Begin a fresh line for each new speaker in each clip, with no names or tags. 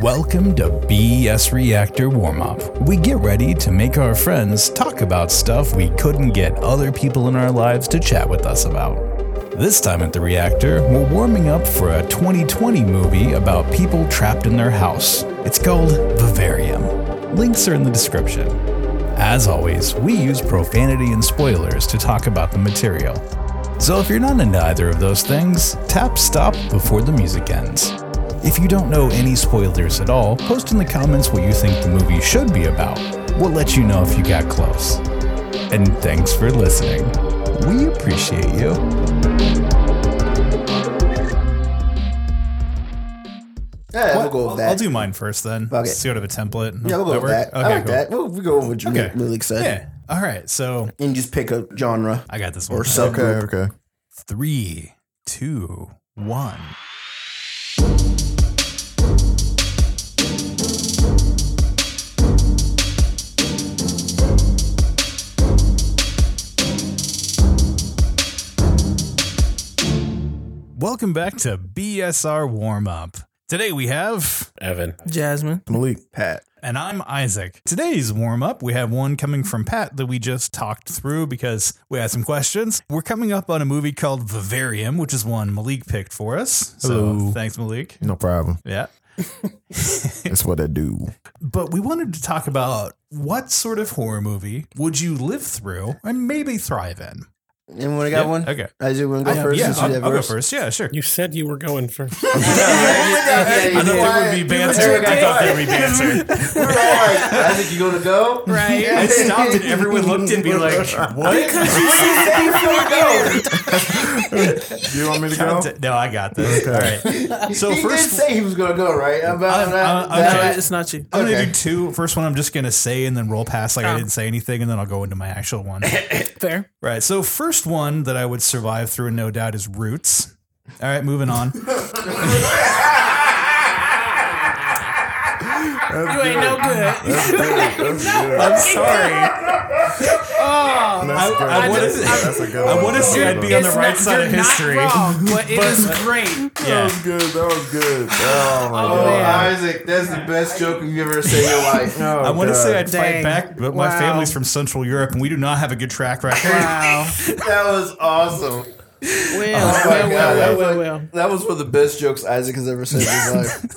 Welcome to BS Reactor Warm Up. We get ready to make our friends talk about stuff we couldn't get other people in our lives to chat with us about. This time at the reactor, we're warming up for a 2020 movie about people trapped in their house. It's called Vivarium. Links are in the description. As always, we use profanity and spoilers to talk about the material. So if you're not into either of those things, tap stop before the music ends. If you don't know any spoilers at all, post in the comments what you think the movie should be about. We'll let you know if you got close. And thanks for listening. We appreciate you.
Yeah, we'll go
I'll,
with that.
I'll do mine first then.
Fuck it.
Sort of a template.
yeah, we'll go with
work?
that. I like
cool.
that. We'll, we'll go with what you
Okay.
Malik said.
Yeah. All right. So
And just pick a genre
I got this one.
or subgroup.
okay.
Three, two, one. Welcome back to BSR Warm Up. Today we have
Evan.
Jasmine.
Malik.
Pat.
and I'm Isaac. Today's warm up, we have one coming from Pat that we just talked through because we had some questions. We're coming up on a movie called Vivarium, which is one Malik picked for us. So
Hello.
thanks, Malik.
No problem.
Yeah.
That's what I do.
But we wanted to talk about what sort of horror movie would you live through and maybe thrive in?
Anyone got
Yeah,
one?
okay.
Isaac, want to go
I-
first?
yeah,
since you
I'll,
have
I'll go
yours?
first. Yeah, sure.
You said you were going first.
I thought there would be banter. I thought there would be banter.
I think you're gonna go.
Right.
I stopped and everyone looked at me like, what?
You want me to
No, I got this. All right. So
he
first,
did say he was gonna go, right? I'm about, I'm
I'm-
not,
I'm-
No,
Okay.
it's not you.
I'm gonna
Okay.
do two. First one I'm just gonna say and then roll past like I
Oh.
didn't say anything and then I'll go into my actual one.
Fair.
right. So first one that I would survive through no doubt is roots. All right, moving on.
You ain't no good.
I'm sorry. I wanna-
That's a good
I wanna
one.
say I'd be on the
Oh, It's
right
not-
side of
you're not
history.
wrong, but it is great.
That
Yeah.
was good. That was good. Oh my
Oh,
god.
Isaac, that's the best joke you've ever said in your life.
I want to say I'd fight
Dang.
back, but my
Wow.
family's from Central Europe and we do not have a good track record.
Wow.
That was awesome.
Well,
Oh my
well,
God, that
well, well,
was
well,
like-
well.
That was one of the best jokes Isaac has ever said in his life.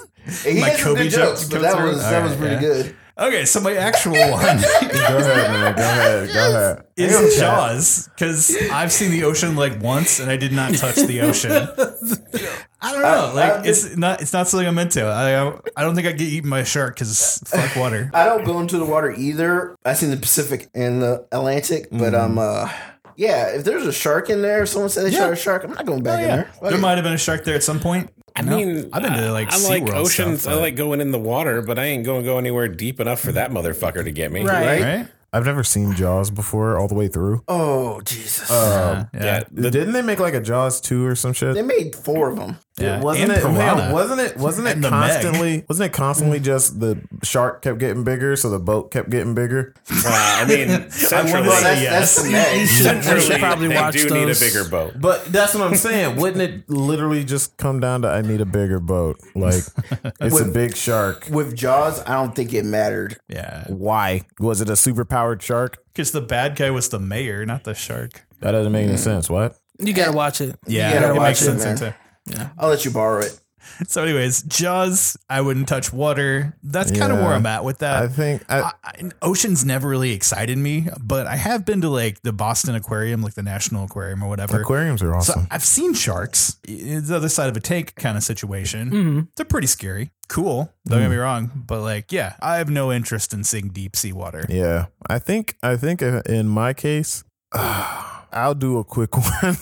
And he
My
had some
Kobe
good
jokes
jokes, but
come
that
through?
was that was
Alright,
pretty
yeah.
good.
Okay, so my actual one
Go ahead, man. Go ahead. Go ahead.
is Jaws because I've seen the ocean like once and I did not touch the ocean. I don't know.
Um,
Like it's not it's not something I'm into. I I don't think I get eaten by a shark because fuck water.
I don't go into the water either. I seen the Pacific and the Atlantic, but um, uh, yeah, if there's a shark in there, if someone said they shot a shark, I'm not going back in there. Fuck
There
it.
might have been a shark there at some point.
I
No.
mean,
I've been to like
I, I like
SeaWorld
oceans.
stuff,
I
but-
like going in the water, but I ain't going to go anywhere deep enough for that motherfucker to get me.
Right.
right.
I've never seen Jaws before, all the way through.
oh Jesus!
Um,
Yeah.
Yeah. The-
Didn't they make like a Jaws two or some shit?
they made four of them.
Yeah.
Wasn't
And
it,
piranha.
wasn't it? Wasn't it?
And the Meg.
constantly? Wasn't it constantly just the shark kept getting bigger, so the boat kept getting bigger?
Uh, I mean, centrally,
Well, that's,
yes.
that's the next.
You
centrally,
should probably
they
watch
do need a
those.
bigger boat.
But that's what I'm saying. Wouldn't it literally just come down to I need a bigger boat? Like it's a big shark.
With Jaws, I don't think it mattered.
Yeah.
Why was it a superpowered shark?
Because the bad guy was the mayor, not the shark.
That doesn't make
Mm.
any sense. What?
You gotta watch it.
You gotta
it
watch
makes
it,
sense.
man.
too.
I'll let you borrow it.
So, anyways, Jaws. I wouldn't touch water. That's kind of
Yeah.
where I'm at with that.
I think I,
I, oceans never really excited me, but I have been to like the Boston Aquarium, like the National Aquarium or whatever.
aquariums are
So
awesome.
I've seen sharks. It's the other side of a tank kind of situation. They're pretty scary. Cool. Don't
Mm.
get me wrong, but like, yeah, I have no interest in seeing deep sea water.
yeah, I think I think in my case, I'll do a quick one,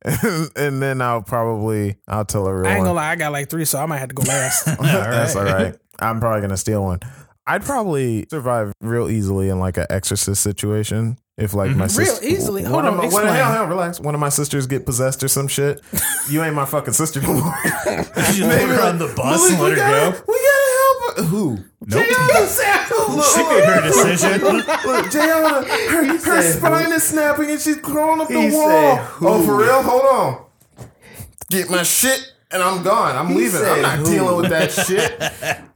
and, and then I'll probably I'll tell everyone.
I ain't gonna lie, I got like three, so I might have to go last.
That's all right. I'm probably gonna steal one. I'd probably survive real easily in like an exorcist situation. If like my
Real
sister,
easily?
one
Hold
of
on,
my, one-
explain.
hell, hell, relax. One of my sisters get possessed or some shit. you ain't my fucking sister no more.
Just put her on the bus and
we,
let her
gotta,
go.
we gotta help her. Who?
Nope. She
Nope.
made her decision.
Look, Jayana, her, her
said
spine is snapping and she's crawling up the Oh,
He
wall.
said
Oh, for
who?
real? Hold on. Get my shit and I'm gone. I'm
He
leaving. I'm
said
not
who?
dealing with that shit.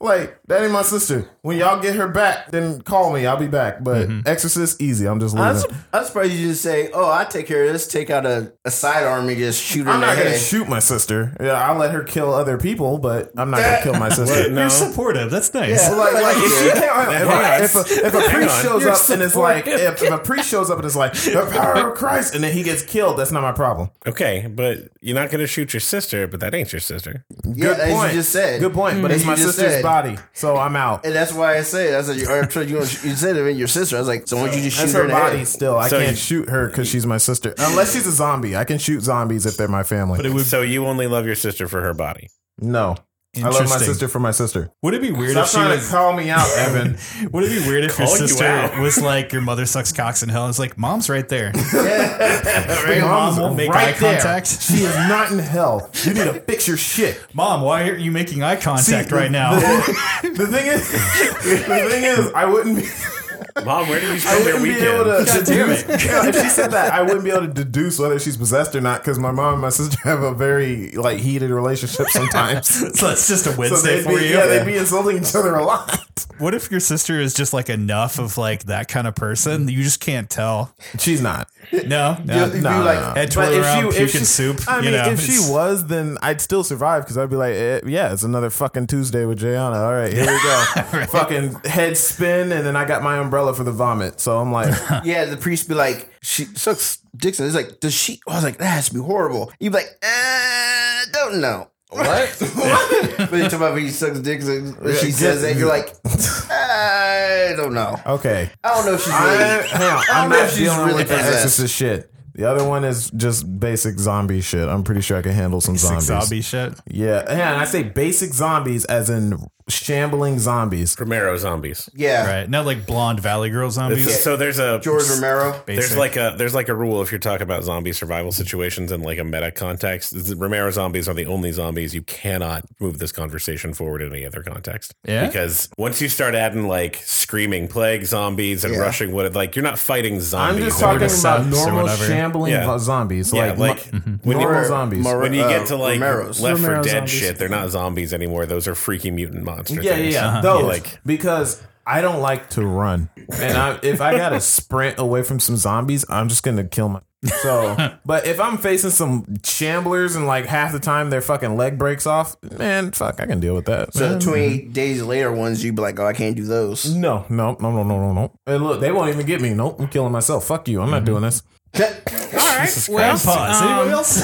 Like that ain't my sister. When y'all get her back, then call me. I'll be back. But
Mm-hmm.
Exorcist, easy. I'm just
I'm,
leaving.
su- I'm surprised you didn't say, "Oh, I take care of this. Take out a, a sidearm and just shoot her
I'm
in the
not gonna
head."
shoot my sister. Yeah, I'll let her kill other people, but I'm not gonna kill my sister.
No.
You're supportive. That's nice.
Well, like, like if, she came,
Hang
if, if, a, if a priest
on.
shows
You're
up and is like, if, if a priest shows up and is like, the power of Christ, and then he gets killed, that's not my problem.
Okay, but you're not gonna shoot your sister, but that ain't your sister.
Yeah,
Good
as you
point.
just said.
Good point. But
As
it's
you
my
just
sister's
said.
body, so I'm out.
And that's why I say that's a, you, I'm sure you, you said it in your sister. I was like, so why don't you just shoot
That's
her
her
in the head?
body still. I
So
can't
you-
shoot her because she's my sister. Unless she's a zombie, I can shoot zombies if they're my family.
so you only love your sister for her body.
no, I love my
Interesting.
sister for my sister.
Would it be weird
Stop
if she
trying to
was?
call me out, Evan.
Would it be weird if your
Call you
sister
out.
was like your mother sucks cocks in hell? It's like mom's right there.
Your
mom won't make eye
there.
contact.
She is not in hell. You need to fix your shit.
Mom, why aren't you making eye contact
See,
right
the-
now?
The, the thing is, the thing is, I wouldn't be,
Mom, where did you
I
spend your
wouldn't be able
weekend?
to
damn
deduce.
it.
if she said that, I wouldn't be able to deduce whether she's possessed or not because my mom and my sister have a very like heated relationship sometimes.
so that's just a
So
Wednesday
they'd
for
be,
you.
yeah, they'd be insulting each other a lot.
What if your sister is just like enough of like that kind of person? You just can't tell.
She's not.
No,
You'll
no.
be
no,
like,
no.
Head twirl around, puke in soup.
I
you
mean,
know,
if she
it's-
was, then I'd still survive because I'd be like, eh, yeah, it's another fucking Tuesday with Jayana. All right, here we go. Fucking head spin, and then I got my umbrella for the vomit. So I'm like,
Yeah, the priest be like, she sucks Dixon. It's like, does she? I was like, that has to be horrible. You'd be like, uh, don't know. What? what? but you talk about when he sucks Dixon. She says that you're like, I don't know.
okay,
I don't know if she's
I,
really.
hang on,
I don't
I'm
know
not
if she's
dealing
really
with the
possessed.
exorcist shit. The other one is just basic zombie shit. I'm pretty sure I can handle some
Sick
zombies.
zombie shit.
Yeah, and I say basic zombies as in shambling zombies.
Romero zombies.
Yeah,
Right. Not like blonde Valley Girl
It's-
zombies.
So there's a
George Romero.
There's like a there's like a rule if you're talking about zombie survival situations in like a meta context. is that Romero zombies are the only zombies you cannot move this conversation forward in any other context.
Yeah?
Because once you start adding like screaming plague zombies and
Yeah.
rushing wood, like you're not fighting
I'm
zombies.
just
They're
talking
just
about
subs or
normal
whatever.
shambling
Yeah.
vo- zombies.
Yeah,
like,
like,
mu-
when you-
normal
Or
zombies.
Mar-
when you
uh,
get to like
Romero's.
Left for
Romero
Dead
zombies.
shit, they're not zombies anymore. Those are freaky mutant monster
yeah, Uh-huh. yeah,
things.
yeah.
You,
Those
like
because I don't like to run, and I, if I gotta sprint away from some zombies, I'm just gonna kill my. So, but if I'm facing some shamblers and like half the time their fucking leg breaks off, man, fuck, I can deal with that.
So
Man.
the 28 days later ones, you'd be like, oh, I can't do those.
no, no, no, no, no, no, no. Hey, look, they won't even get me. Nope, I'm killing myself. Fuck you. I'm not doing this.
All right. Well,
Pause.
um,
Anybody else?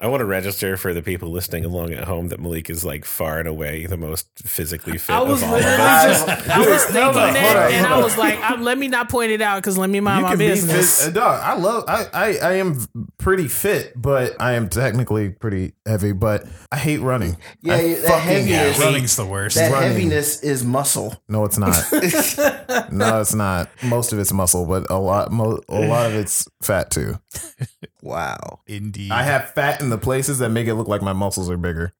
I want to register for the people listening along at home that Malik is like far and away the most physically fit
I was
of all
literally
of us.
just, I was thinking
on, hold
that,
on,
and
hold
I
on.
was like, I, let me not point it out because let me mind
you
my
can be
business.
fit, uh, dog. I love. I, I I am pretty fit, but I am technically pretty heavy. But I hate running.
Yeah,
I
yeah, that
fucking
heavy
hate
is-
Running's the worst.
That
running.
heaviness is muscle.
No, it's not. no, it's not. Most of it's muscle, but a lot, mo- a lot of it's fat too.
Wow.
Indeed.
I have fat in the places that make it look like my muscles are bigger.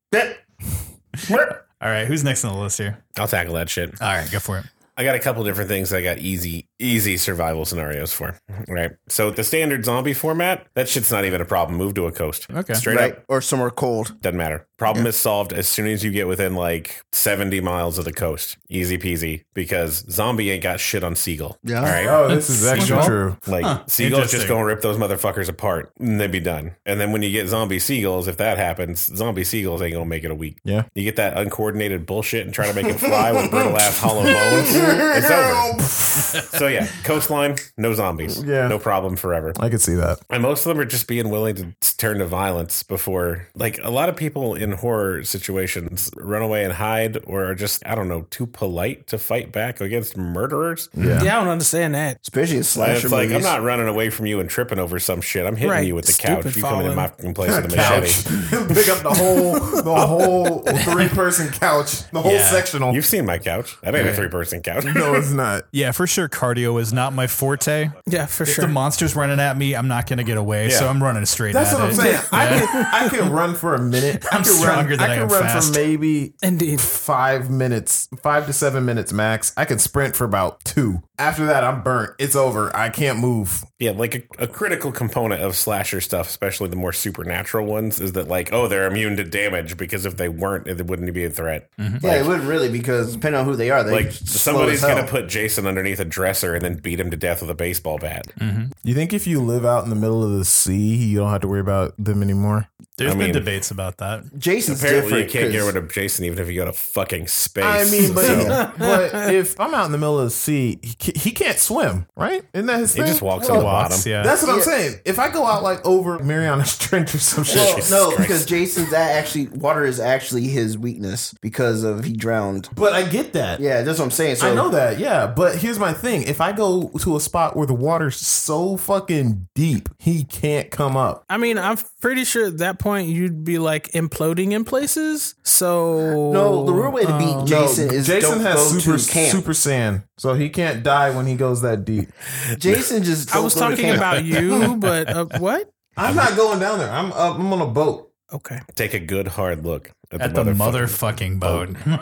All right. Who's next on the list here?
I'll tackle that shit.
All right. Go for it.
I got a couple different things that I got easy, easy survival scenarios for. Right. So the standard zombie format, that shit's not even a problem. Move to a coast.
Okay.
Straight
Right?
up.
Or somewhere cold.
Doesn't matter. Problem is solved as soon as you get within like 70 miles of the coast. Easy peasy. Because zombie ain't got shit on Seagull.
Yeah.
All right.
Oh, this is actually
Seagull?
true.
Like
Huh.
seagulls just
Interesting.
gonna rip those motherfuckers apart and they'd be done. And then when you get zombie seagulls, if that happens, zombie seagulls ain't gonna make it a week.
Yeah.
You get that uncoordinated bullshit and try to make it fly with brittle ass hollow bones. It's over. So yeah, coastline, no zombies.
Yeah.
No problem forever.
I could see that.
And most of them are just being willing to s- turn to violence before, like, a lot of people in horror situations run away and hide or are just, I don't know, too polite to fight back against murderers.
Yeah.
Yeah, I don't understand that.
Especially in
And
slasher
it's like, I'm
movies.
not running away from you and tripping over some shit. I'm hitting
Right.
you with the
Stupid
couch. You coming in
falling.
my fucking place with a
Couch.
machete.
Pick up the whole, the whole three-person couch, the whole
Yeah.
sectional.
You've seen my couch. That ain't a three person couch.
no, it's not.
Yeah, for sure. Cardi cardio is not my forte.
Yeah, for
If
sure.
the monster's running at me, I'm not going to get away, so
Yeah.
I'm running straight
That's
at
what I'm
it.
saying. I can I can run for a minute. I
I'm
can
stronger
run,
than I
I can
am
run
fast.
for maybe
Indeed.
five minutes, five to seven minutes max. I can sprint for about two. After that, I'm burnt. It's over. I can't move.
Yeah, like a, a critical component of slasher stuff, especially the more supernatural ones, is that like, oh, they're immune to damage because if they weren't, it wouldn't be a threat.
Mm-hmm.
Mm-hmm.
Yeah, it wouldn't really because depending on who they are, they
Like somebody's
going
gonna put Jason underneath a dresser and then beat him to death with a baseball bat.
Mm-hmm.
You think if you live out in the middle of the sea, you don't have to worry about them anymore?
There's
I
been
mean-
debates about that.
Jason's
Apparently, you
different
can't get
'cause-
rid of Jason even if you go to fucking space.
I mean, but,
So,
but if I'm out in the middle of the sea, he, ca- he can't swim, right? Isn't that his
he
thing?
just walks
Well,
on the bottom.
Walks, yeah.
That's what I'm saying. If I go out like over Mariana's Trench or some shit,
Well,
Jesus
no,
Christ.
because Jason's that actually water is actually his weakness because of he drowned.
but I get that.
Yeah, that's what I'm saying. So
I know that, yeah. But here's my thing: if I go to a spot where the water's so fucking deep, he can't come up.
I mean, I'm pretty sure at that point you'd be like imploding in places. So
No, the real way to beat Jason is
uh, Jason
don't
has
go
super
to camp.
super sand, so he can't die when he goes that deep.
Jason just.
I
don't
was
go to
talking
camp.
about you, but uh, what?
I'm not going down there. I'm up. I'm on a boat.
Okay.
Take a good hard look at,
At the motherfucking boat. Hmm.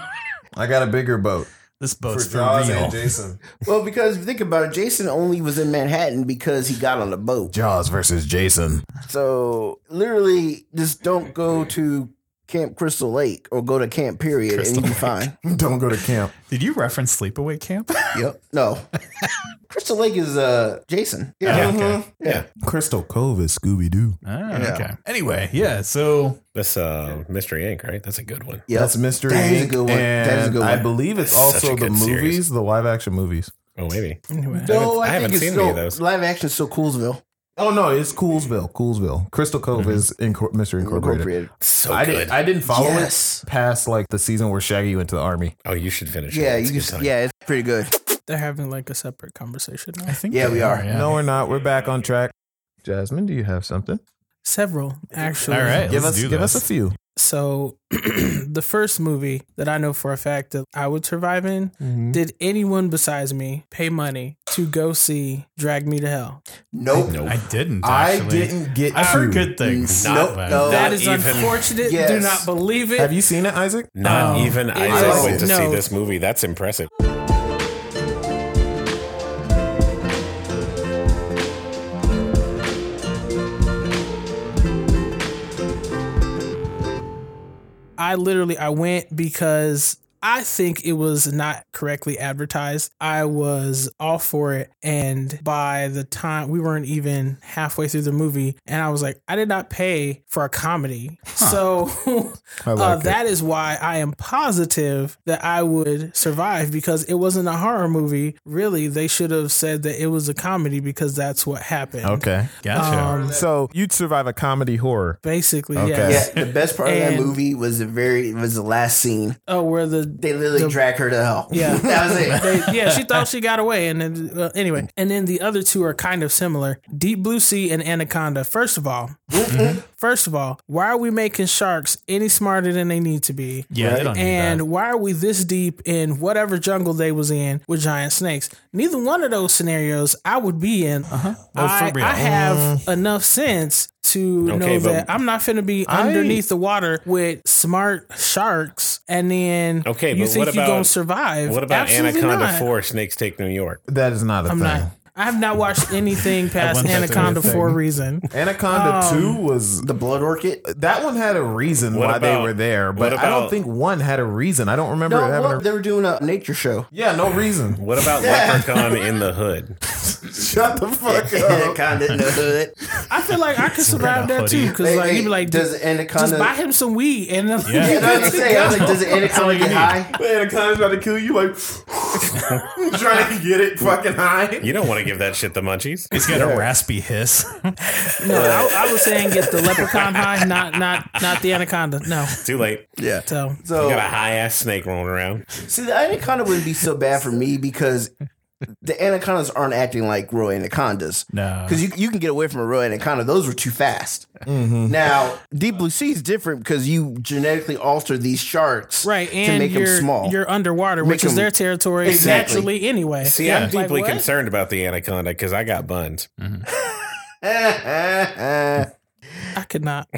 I got a bigger boat
this
Oh,
boat's for,
Jaws
real.
and Jason.
Well, because if you think about it, Jason only was in Manhattan because he got on a boat.
Jaws versus Jason.
So literally, just don't go to Camp Crystal Lake or go to camp period, and you'll be fine.
Don't go to camp.
Did you reference sleepaway camp?
yep. No, Crystal Lake is uh Jason. Yeah.
Yeah, okay.
Yeah. Mm-hmm.
Crystal Cove is Scooby Doo.
Ah, okay. Anyway, yeah. So
That's uh, Mystery Inc., right? That's a good one.
Yep.
That's Mystery
That is a
Inc.
good one. That is a
and
good
I
one.
believe it's
Such a
also the
good
movies,
series.
the live action movies.
Oh, maybe.
Anyway.
no,
I
I,
haven't
think it's
seen any of
still-
those.
Live action is still Coolsville.
Oh no, it's Coolsville. Coolsville. Crystal Cove is Inco- Mystery Incorporated.
Appropriate.
So
I
good.
didn't. I didn't follow
Yes.
it past like the season where Shaggy went to the army.
oh, you should finish it.
Yeah,
It's
you can,
a good
s-
time.
yeah, it's pretty good.
They're having like a separate conversation now.
I think
Yeah,
they
we are.
yeah.
No, we're not. We're back on track. Jasmine, do you have something?
Several, actually.
All right.
give
let's
us
do
give
this.
us a few.
So, the first movie that I know for a fact that I would survive in,
Mm-hmm.
Mm-hmm.
did anyone besides me pay money to go see Drag Me to Hell?
Nope.
Nope.
I didn't.
I
Actually.
didn't get.
I've heard
you.
good things.
Not
Nope,
bad.
no.
that
Not
is
even-
unfortunate. Do
Yes.
not believe it.
Have you seen it, Isaac?
Not
Oh.
even
It
Isaac
is-
went to see
no.
this movie. That's impressive.
I literally I went because I think it was not correctly advertised. I was all for it and by the time we weren't even halfway through the movie and I was like I did not pay for a comedy. So
I
uh,
like it.
that is why I am positive that I would survive because it wasn't a horror movie. Really, they should have said that it was a comedy because that's what happened.
Okay.
Gotcha.
Um, So you'd survive a comedy horror.
Basically,
Okay.
yes.
Yeah, the best part of that
And-
movie was the very was the last scene.
Oh, where the
They literally
The-
drag her to hell.
Yeah.
that was it.
they, yeah, she thought she got away, and then well, anyway, and then the other two are kind of similar: Deep Blue Sea and Anaconda. First of all, first of all, why are we making sharks any smarter than they need to be?
yeah, they don't need
And
uh,
that.
why are we this deep in whatever jungle they was in with giant snakes? Neither one of those scenarios I would be in. Uh-huh.
No, for
I,
real.
I have enough sense to
uh, Okay,
know
but-
that I'm not finna be underneath the water with smart sharks, and then
Okay,
you
but
think
what
you're
about-
gonna survive?
What about
Absolutely
Anaconda
not.
4 Snakes Take New York?
That is not a
I'm
thing.
not. I have not watched anything past
want that to be a
Anaconda
thing.
for a reason.
Anaconda
Um,
two was
The blood orchid.
that one had a reason
What
why
about-
they were there, but
what
I don't
about-
think one had a reason. I don't remember
No,
having
well,
a.
they were doing a nature show.
Yeah, no reason.
What about Leprechaun in the Hood?
Shut the fuck up.
Anaconda in the hood.
I feel like I could survive that too because
Hey,
like
hey,
you'd be like,
does
just,
Anaconda?
buy him some weed and then
Yeah.
You know what I'm saying? I was like, does Anaconda get high?
Anaconda's about to kill you, like trying to get it fucking high.
You don't want to give that shit the munchies.
He's got a raspy hiss.
No, I, I was saying get the leprechaun high, not not not the anaconda. No,
Too late.
Yeah.
so
You got a
So
high ass snake rolling around.
see, the Anaconda wouldn't be so bad for me because the anacondas aren't acting like real anacondas.
No.
Because you, you can get away from a real anaconda. Those were too fast. Now, Deep Blue Sea is different because you genetically alter these sharks
right? And
to make
you're,
them small.
you're underwater, which is
them-
their territory
Exactly.
naturally anyway.
See, I'm
Like,
deeply
what?
concerned about the anaconda because I got buns.
I could not.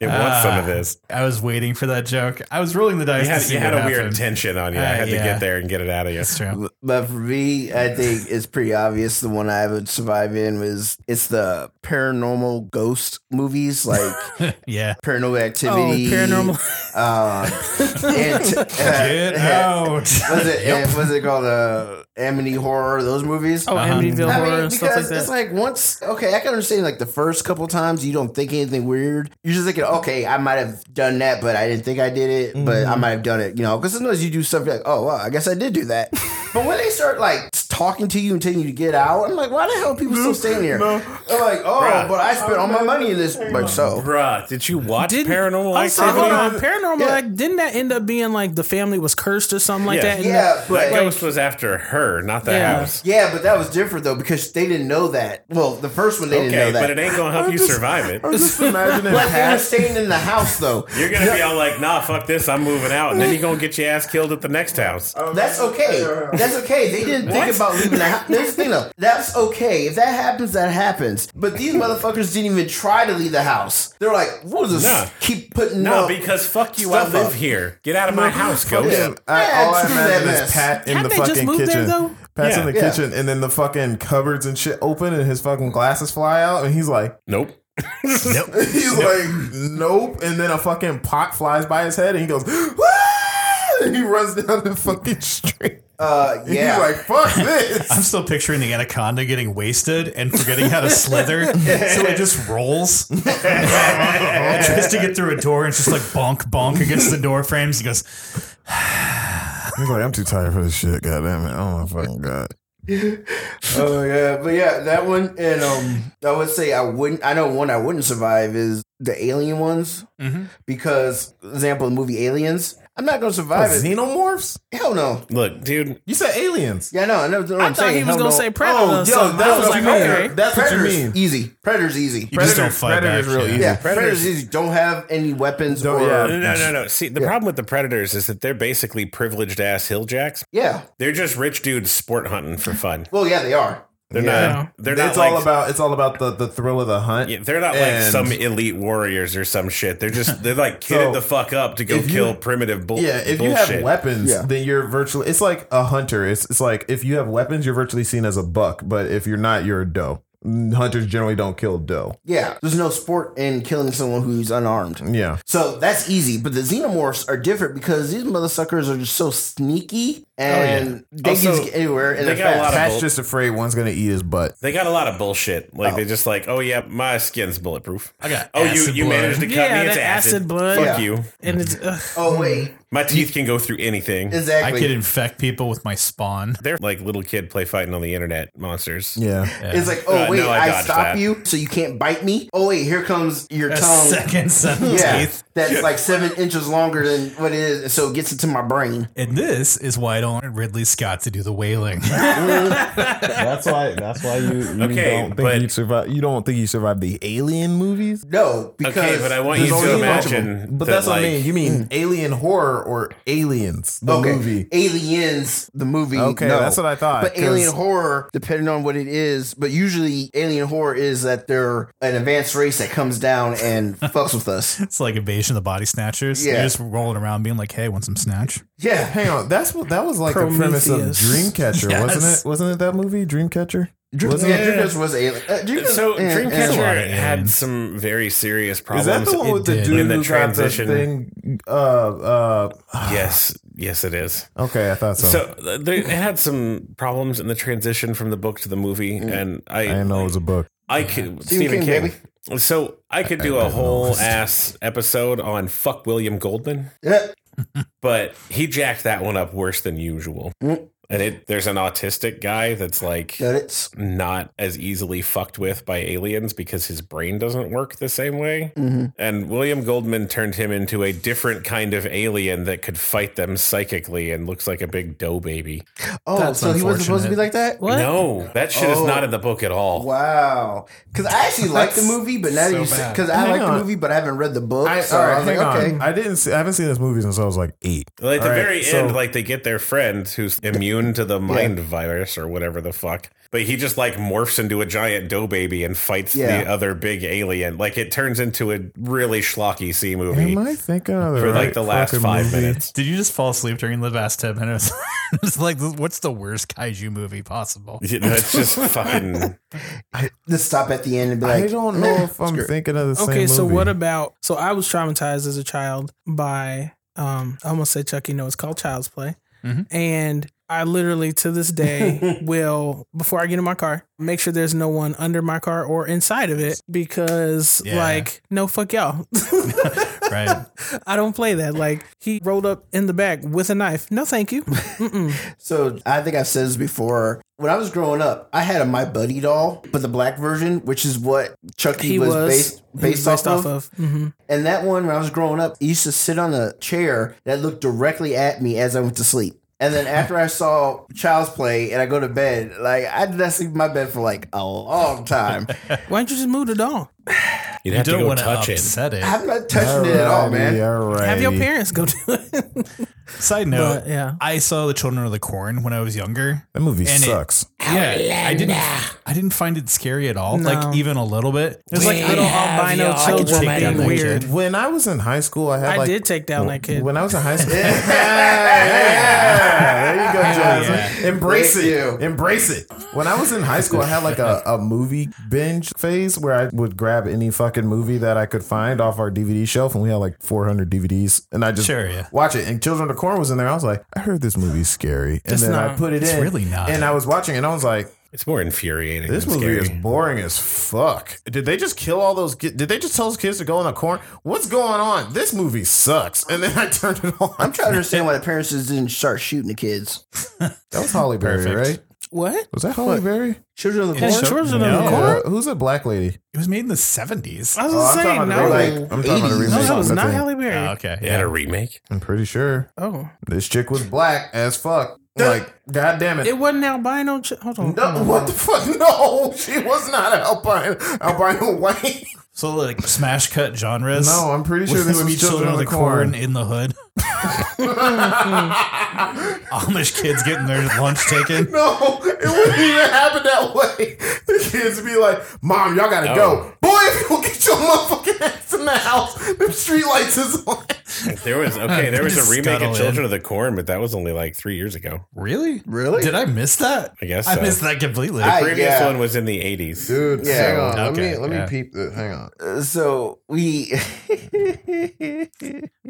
It wants some
Ah.
of this.
I was waiting for that joke. I was rolling the dice.
You had,
to see
you had a
what
weird
happened.
tension on you. I
Ah,
had to
yeah.
get there and get it out of you.
That's true.
But for me, I think it's pretty obvious. The one I would survive in was it's the paranormal ghost movies, like
Yeah.
Paranormal
Oh,
Activity,
paranormal.
Um, and, uh,
Get out.
was it and was it called uh, Amity Horror? Those movies.
Oh,
Uh-huh.
Amityville
I
horror
mean,
and stuff like
because
that.
it's like once okay, I can understand like the first couple times you don't think anything weird. You're just thinking, okay, I might have done that, but I didn't think I did it, but
Mm-hmm.
I might have done it, you know. Because sometimes you do stuff you're like, oh wow, I guess I did do that. but when they start like talking to you and telling you to get out, I'm like, why the hell are people still staying here? I'm like, oh,
Bruh.
but I spent all my money in this, like so.
Bruh, did you watch
Didn't-
Paranormal
I'm sorry, hold
Activity?
on. Paranormal
Yeah.
Act, didn't that end up being like the family was cursed or something like
Yeah.
that? And
Yeah,
That
but
ghost was after her, not the
Yeah.
house.
yeah, but that was different though because they didn't know that. Well, the first one they didn't
Okay,
know that.
but it ain't gonna help you survive it.
I'm just imagining
But they were
half
staying in the house though.
You're gonna be all like, "Nah, fuck this, I'm moving out," and then you're gonna get your ass killed at the next house.
That's okay. That's okay. They didn't think about leaving the house. That's the thing, though. That's okay. If that happens, that happens. But these motherfuckers didn't even try to leave the house. They're like, we'll just
Nah.
keep putting
No,
up.
because fuck you, I
Stuff
live
up.
here. Get out of my house, ghost.
Yeah.
I, all I
screw
imagine
that
is
mess.
Pat in
Hadn't
the
they just
fucking
moved there,
kitchen.
though?
Pat's in
Yeah.
the
Yeah.
kitchen, and then the fucking cupboards and shit open, and his fucking glasses fly out, and he's like,
Nope.
he's like, nope. And then a fucking pot flies by his head, and he goes, "Wah!" and he runs down the fucking street.
Uh,
And
yeah.
he's like, fuck
I'm
this.
still picturing the anaconda getting wasted and forgetting how to slither, so it just rolls. It tries to get through a door and it's just like bonk bonk against the door frames. He goes,
he's like, I'm too tired for this shit. God damn it! Oh my fucking god.
oh yeah, but yeah, that one. And um, I would say I wouldn't. I know one I wouldn't survive is the alien ones
Mm-hmm.
because, example, the movie Aliens. I'm not gonna survive it.
Xenomorphs?
Hell no.
Look, dude,
You said aliens.
Yeah, no, I know. I
I thought he was gonna say predator.
Oh,
or
yo,
something.
that
I was
was
like,
me.
okay.
That's what you
Predators
mean.
easy. Predators easy.
"You just
Predator-
don't fight back."
Predator's real easy.
Yeah,
Predators-
predators, usually don't have any weapons
Don't-
or
yeah.
no, no, no, no. See, the problem with the predators is that they're basically privileged ass hill jacks.
yeah.
They're just rich dudes sport hunting for fun.
Well, yeah, they are.
They're
Yeah.
not. They're not
it's
like.
all about it's all about the, the thrill of the hunt.
yeah, they're not like
And-
some elite warriors or some shit. They're just they're like kitted
So,
the fuck up to go
if you-
kill primitive bull.
Yeah, if
bullshit.
you have weapons,
Yeah.
then you're virtually it's like a hunter. It's it's like if you have weapons, you're virtually seen as a buck, but if you're not, you're a doe. Mm, Hunters generally don't kill doe.
Yeah, there's no sport in killing someone who's unarmed.
Yeah.
So that's easy, but the xenomorphs are different because these mother suckers are just so sneaky and they can
Also,
just get anywhere. And
they
they
got a lot of
Pat's
bull-
just afraid one's gonna eat his butt.
They got a lot of bullshit. Like they just like, oh yeah, my skin's bulletproof.
I got
Oh, you
acid
you
blood.
managed to cut
Yeah,
me. It's
that
acid.
acid blood.
Fuck
Yeah.
you.
And it's ugh.
Oh wait,
My teeth can go through anything.
I
exactly.
could infect people with my spawn.
They're like little kid play fighting on the internet monsters.
Yeah.
It's like,
Uh,
oh
no,
wait,
I
I,
dodged
stop
that.
you, so you can't bite me. Oh wait, here comes your
A
tongue.
second set of
Yeah,
teeth.
that's like seven inches longer than what it is, and so it gets into my brain.
And this is why I don't want Ridley Scott to do the wailing.
That's why that's why you, you
Okay,
don't think
but-
you survive you don't think you survived the alien movies?
No, because
Okay, but I want you
There's only
to
a bunch of them. Mm.
imagine.
But
that,
that's what
like,
I mean. You mean alien horror or aliens, the
okay.
movie.
Aliens, the movie.
Okay,
no.
that's what I thought.
But
'cause-
alien horror, depending on what it is, but usually alien horror is that they're an advanced race that comes down and fucks with us.
it's like invasion of the body snatchers.
Yeah.
They're just rolling around being like, "Hey, want some snatch?"
Yeah.
Hang on, that's what that was like the premise of
Prometheus.
Dreamcatcher, wasn't
Yes.
it? Wasn't it that movie Dreamcatcher?
Dreamcatcher
Wasn't
yeah,
it?
Dreamcatcher was alien. Uh, Dreamcatcher,
So
yeah,
Dreamcatcher
yeah.
yeah.
had some very serious
Is
problems.
that the one with the
did.
dude
In the
who
transition.
got the thing? Uh, uh,
yes, yes, it is.
okay, I thought so.
So uh, they it had some problems in the transition from the book to the movie,
Mm.
and I
I didn't know it was a book.
I could
Stephen
Stephen
King,
King. So I could do a whole ass episode on fuck William Goldman,
Yeah.
Mm.
but he jacked that one up worse than usual. and it there's an autistic guy that's like
Got it?
not as easily fucked with by aliens because his brain doesn't work the same way.
Mm-hmm.
And William Goldman turned him into a different kind of alien that could fight them psychically and looks like a big dough baby.
Oh,
That's
so he wasn't supposed to be
unfortunate.
like that?
What?
No, that shit is
Oh.
not in the book at all.
Wow. Because I actually liked the
That's
movie, but now
so
you
bad.
because I
Hang
like the
on.
movie, but I haven't read the book.
I,
so
all right,
I was like,
hang on.
okay.
I didn't. See, I haven't seen this movie since I was like eight.
Like at the
All right,
very
so-
end, like they get their friend who's immune to the mind virus or whatever the fuck, but he just like morphs into a giant dough baby and fights
Yeah.
the other big alien. Like it turns into a really schlocky C movie
Am I thinking of the
for
right
like the last
fucking
five
movie?
minutes.
Did you just fall asleep during the last 10 minutes? it's like, what's the worst kaiju movie possible?
Yeah, That's just fucking.
Just stop at the end and be like,
I don't know
"Meh,
if I'm
screw it."
thinking of the same.
Okay, so
movie.
what about? So I was traumatized as a child by um. I almost said Chucky. No, it's called Child's Play.
Mhm.
And I literally to this day will before I get in my car make sure there's no one under my car or inside of it because
Yeah.
like no fuck y'all.
Right.
I don't play that. Like he rolled up in the back with a knife. No, thank you. Mm-mm.
So I think I've said this before. When I was growing up, I had a My Buddy doll, but the black version, which is what Chucky
He
was,
was,
based,
he was
based, off, of.
hmm
And that one, when I was growing up, it used to sit on a chair that looked directly at me as I went to sleep. And then after I saw Child's Play and I go to bed, like I did not sleep in my bed for like a long time.
Why don't you just move the doll?
You'd
You
have to
don't
go
want to
touch it.
upset it.
I'm not touching it at all, man.
Alrighty,
Have your
alrighty.
parents go do it.
Side note,
But, yeah.
I saw The Children of the Corn when I was younger.
That movie
And it-
sucks.
Yeah, I didn't. I didn't find it scary at all.
No.
Like even a little bit. It was like
like little albino
I could
children
take that
being
little
weird.
kid.
when I was in high school, I had
I
like
did take down that kid.
When I was in high school,
Yeah.
there you go,
Hell
Jasmine. Embrace
Thank
it.
you.
Embrace it. When I was in high school, I had like a, a movie binge phase where I would grab any fucking movie that I could find off our DVD shelf, and we had like 400 DVDs, and I just
Sure, yeah.
watch it. And Children of the Corn was in there. I was like, I heard this movie's scary, and then I
not-
put it
it's
in.
really not.
And I was watching, it, and I was like.
It's more infuriating.
This
than
movie
scary.
is boring as fuck. Did they just kill all those kids? Did they just tell those kids to go in the corn? What's going on? This movie sucks. And then I turned it on.
I'm trying to understand why the parents just didn't start shooting the kids.
That was Holly Berry,
Perfect.
right?
what?
Was that Holly Berry?
Children of the
That's
Corn.
true. Children of
No.
the Corn?
Yeah. Who's a black lady?
It was made in the seventies.
I was
Oh, I'm
saying
talking
no.
about the
like,
remake. I'm talking about the
80s.
remake.
no, that was
That's
not
it.
Halle Berry.
okay.
They had a remake.
I'm pretty sure
oh,
this chick was black as fuck. Like, god damn it.
it wasn't albino. Ch- Hold on.
no, what the fuck? No, she was not an albino, albino white.
So like smash cut genres.
No, I'm pretty sure
Would-
this
would
was
be Children of the Corn in the hood. Amish kids getting their lunch taken.
No, it wouldn't even happen that way. The kids would be like, Mom, y'all gotta go. Boy, if you don't get your motherfucking ass in the house, the streetlights is on.
There was okay. There was
Just
a remake
scuttle
of
in.
Children of the Corn, but that was only like three years ago.
Really?
Really?
Did I miss that?
I guess
I
so.
missed that completely.
I-
Previous
Yeah.
one was in the eighties.
Dude,
Yeah, hang
so,
Let
on.
me- Okay, let me yeah.
peep this. Hang on.
So we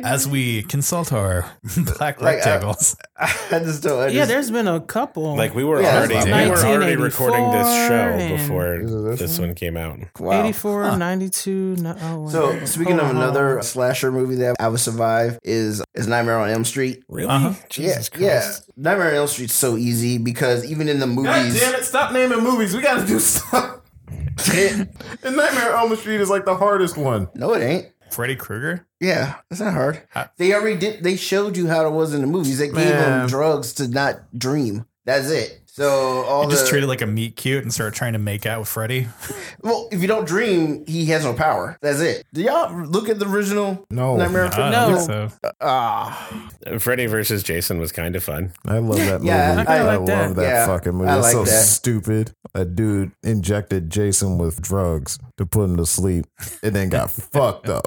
As we consult our black
Like, uh,
rectangles.
I just don't understand.
Yeah, there's been a couple.
Like we were
Yeah,
already
that's
we were already
1984
recording this show
and-
before
Is it this
this, one? came out.
Wow.
84, 92. No, oh, wait,
So
wait.
speaking
Hold
of
on, hold
another
on.
slasher movie that I would survive is is Nightmare on Elm Street.
Really?
Uh-huh.
Jesus
yeah, yeah. Nightmare on Elm Street's so easy because even in the
God
movies,
damn it, stop naming movies. We gotta do stuff. and Nightmare on Elm Street is like the hardest one.
no, it ain't.
Freddy Krueger?
Yeah, it's not hard. They already did. They showed you how it was in the movies. They gave them
Man.
drugs to not dream. That's it. So all
Oh,
You just
the
treat it like a meat cute and start trying to make out with Freddy.
well, if you don't dream, he has no power. That's it. Do y'all look at the original
No.
Nightmare?
I
on
don't
Elm
Oh, No.
think so.
Ah,
Christ. Freddy versus Jason was kind of fun.
I love that
Yeah,
movie.
I-
I,
I
like
love
that.
that,
Yeah,
fucking movie.
I
it's
like
so
that.
stupid. A dude injected Jason with drugs to put him to sleep and then got fucked up.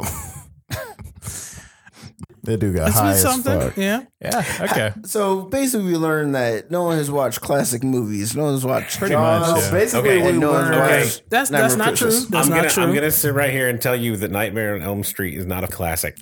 that dude got
It's
high
been
as
something.
fuck.
Yeah.
Yeah, okay.
so basically, we learned that no one has watched classic movies. No one's watched
Pretty
Jaws.
much, yeah.
Basically,
Okay.
we
And no one's
learned-
Okay.
watched
That's
Nightmare
that's
on
not true.
Christmas.
That's
I'm
not
gonna
true.
I'm gonna sit right here and tell you that Nightmare on Elm Street is not a classic.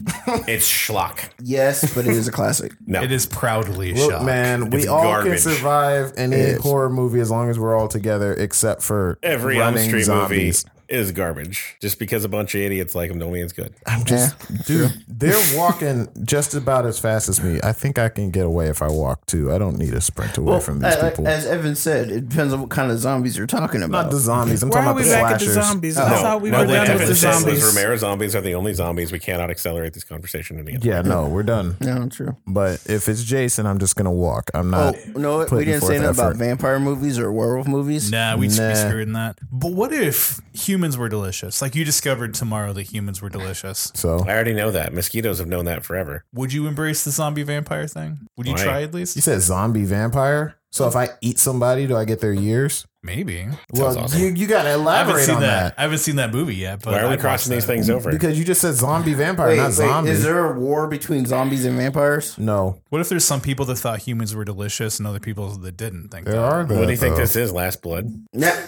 it's schlock.
Yes, but it is a classic.
No.
It is proudly
Look,
shot.
man, we
It's
all can
garbage.
survive any
It is.
horror movie as long as we're all together, except for
Every Elm
running
Street
zombies.
movie is garbage. Just because a bunch of idiots like him don't mean it's good.
I'm just, dude, they're walking just about as fast as me. I think I can get away if I walk too. I don't need a sprint away from these
I- I-
people.
Uh, as Evan said, it depends on what kind of zombies you're talking
not
about.
the zombies. I'm
Why
talking
are
about
we
the
back
slashers.
at the zombies? I thought we were
what
done with
Evan
the
said was
zombies.
Romero zombies are the only zombies. We cannot accelerate this conversation any other.
Yeah, no, we're done.
no, true.
But if it's Jason, I'm just gonna walk. I'm
Oh
not.
no, what? we
putting
didn't say
forth
nothing about
effort.
vampire movies or werewolf movies.
Nah, we'd be screwed in that. But what if humans were delicious? Like you discovered tomorrow that humans were delicious.
So
I already know that. Mosquitoes have known that forever.
Would you embrace the zombie vampire thing? Would you
Why?
try at least?
you said zombie vampire. So if I eat somebody, do I get their years?
Maybe.
Well,
awesome.
you you gotta
I haven't
elaborate
seen
on
that.
that.
I haven't seen that movie yet. But
Why are we
I'd watch
crossing these
that.
things over?
because you just said zombie vampire,
Wait,
not
wait,
zombie.
is there a war between zombies and vampires?
no,
What if there's some people that thought humans were delicious and other people that didn't think
there
that?
are.
what do you think
though.
this is? Last Blood.
Yeah.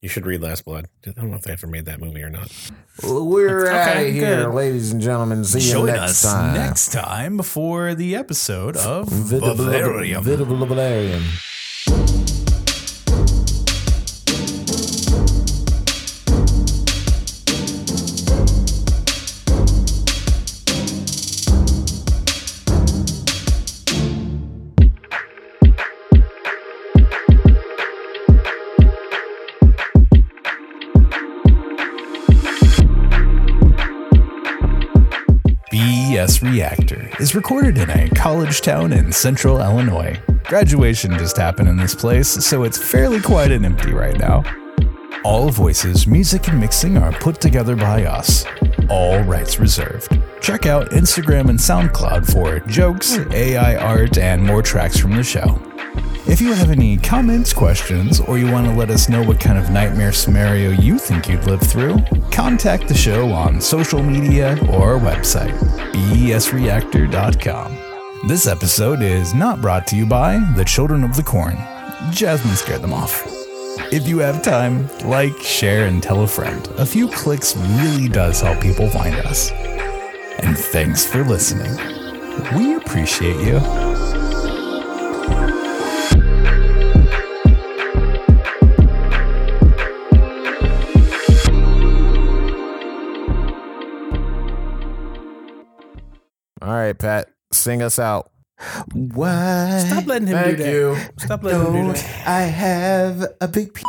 You should read Last Blood. I don't know if they ever made that movie or not.
We're out
Okay,
of here,
good.
ladies and gentlemen. See you
Join
next
us
time.
next time for the episode of
Vidablarium.
Vivarium.
Vidablarium.
BES E Reactor is recorded in a college town in central Illinois. Graduation just happened in this place, so it's fairly quiet and empty right now. All voices, music, and mixing are put together by us. All rights reserved. Check out Instagram and SoundCloud for jokes, AI art, and more tracks from the show. If you have any comments, questions, or you want to let us know what kind of nightmare scenario you think you'd live through, contact the show on social media or our website, E besreactor.com. This episode is not brought to you by the Children of the Corn. Jasmine scared them off. If you have time, like, share, and tell a friend. A few clicks really does help people find us. And thanks for listening. We appreciate you.
All right, Pat, sing us out.
Why
Stop letting him do
Thank
that.
you.
Stop letting him do
don't
that.
I have a big p-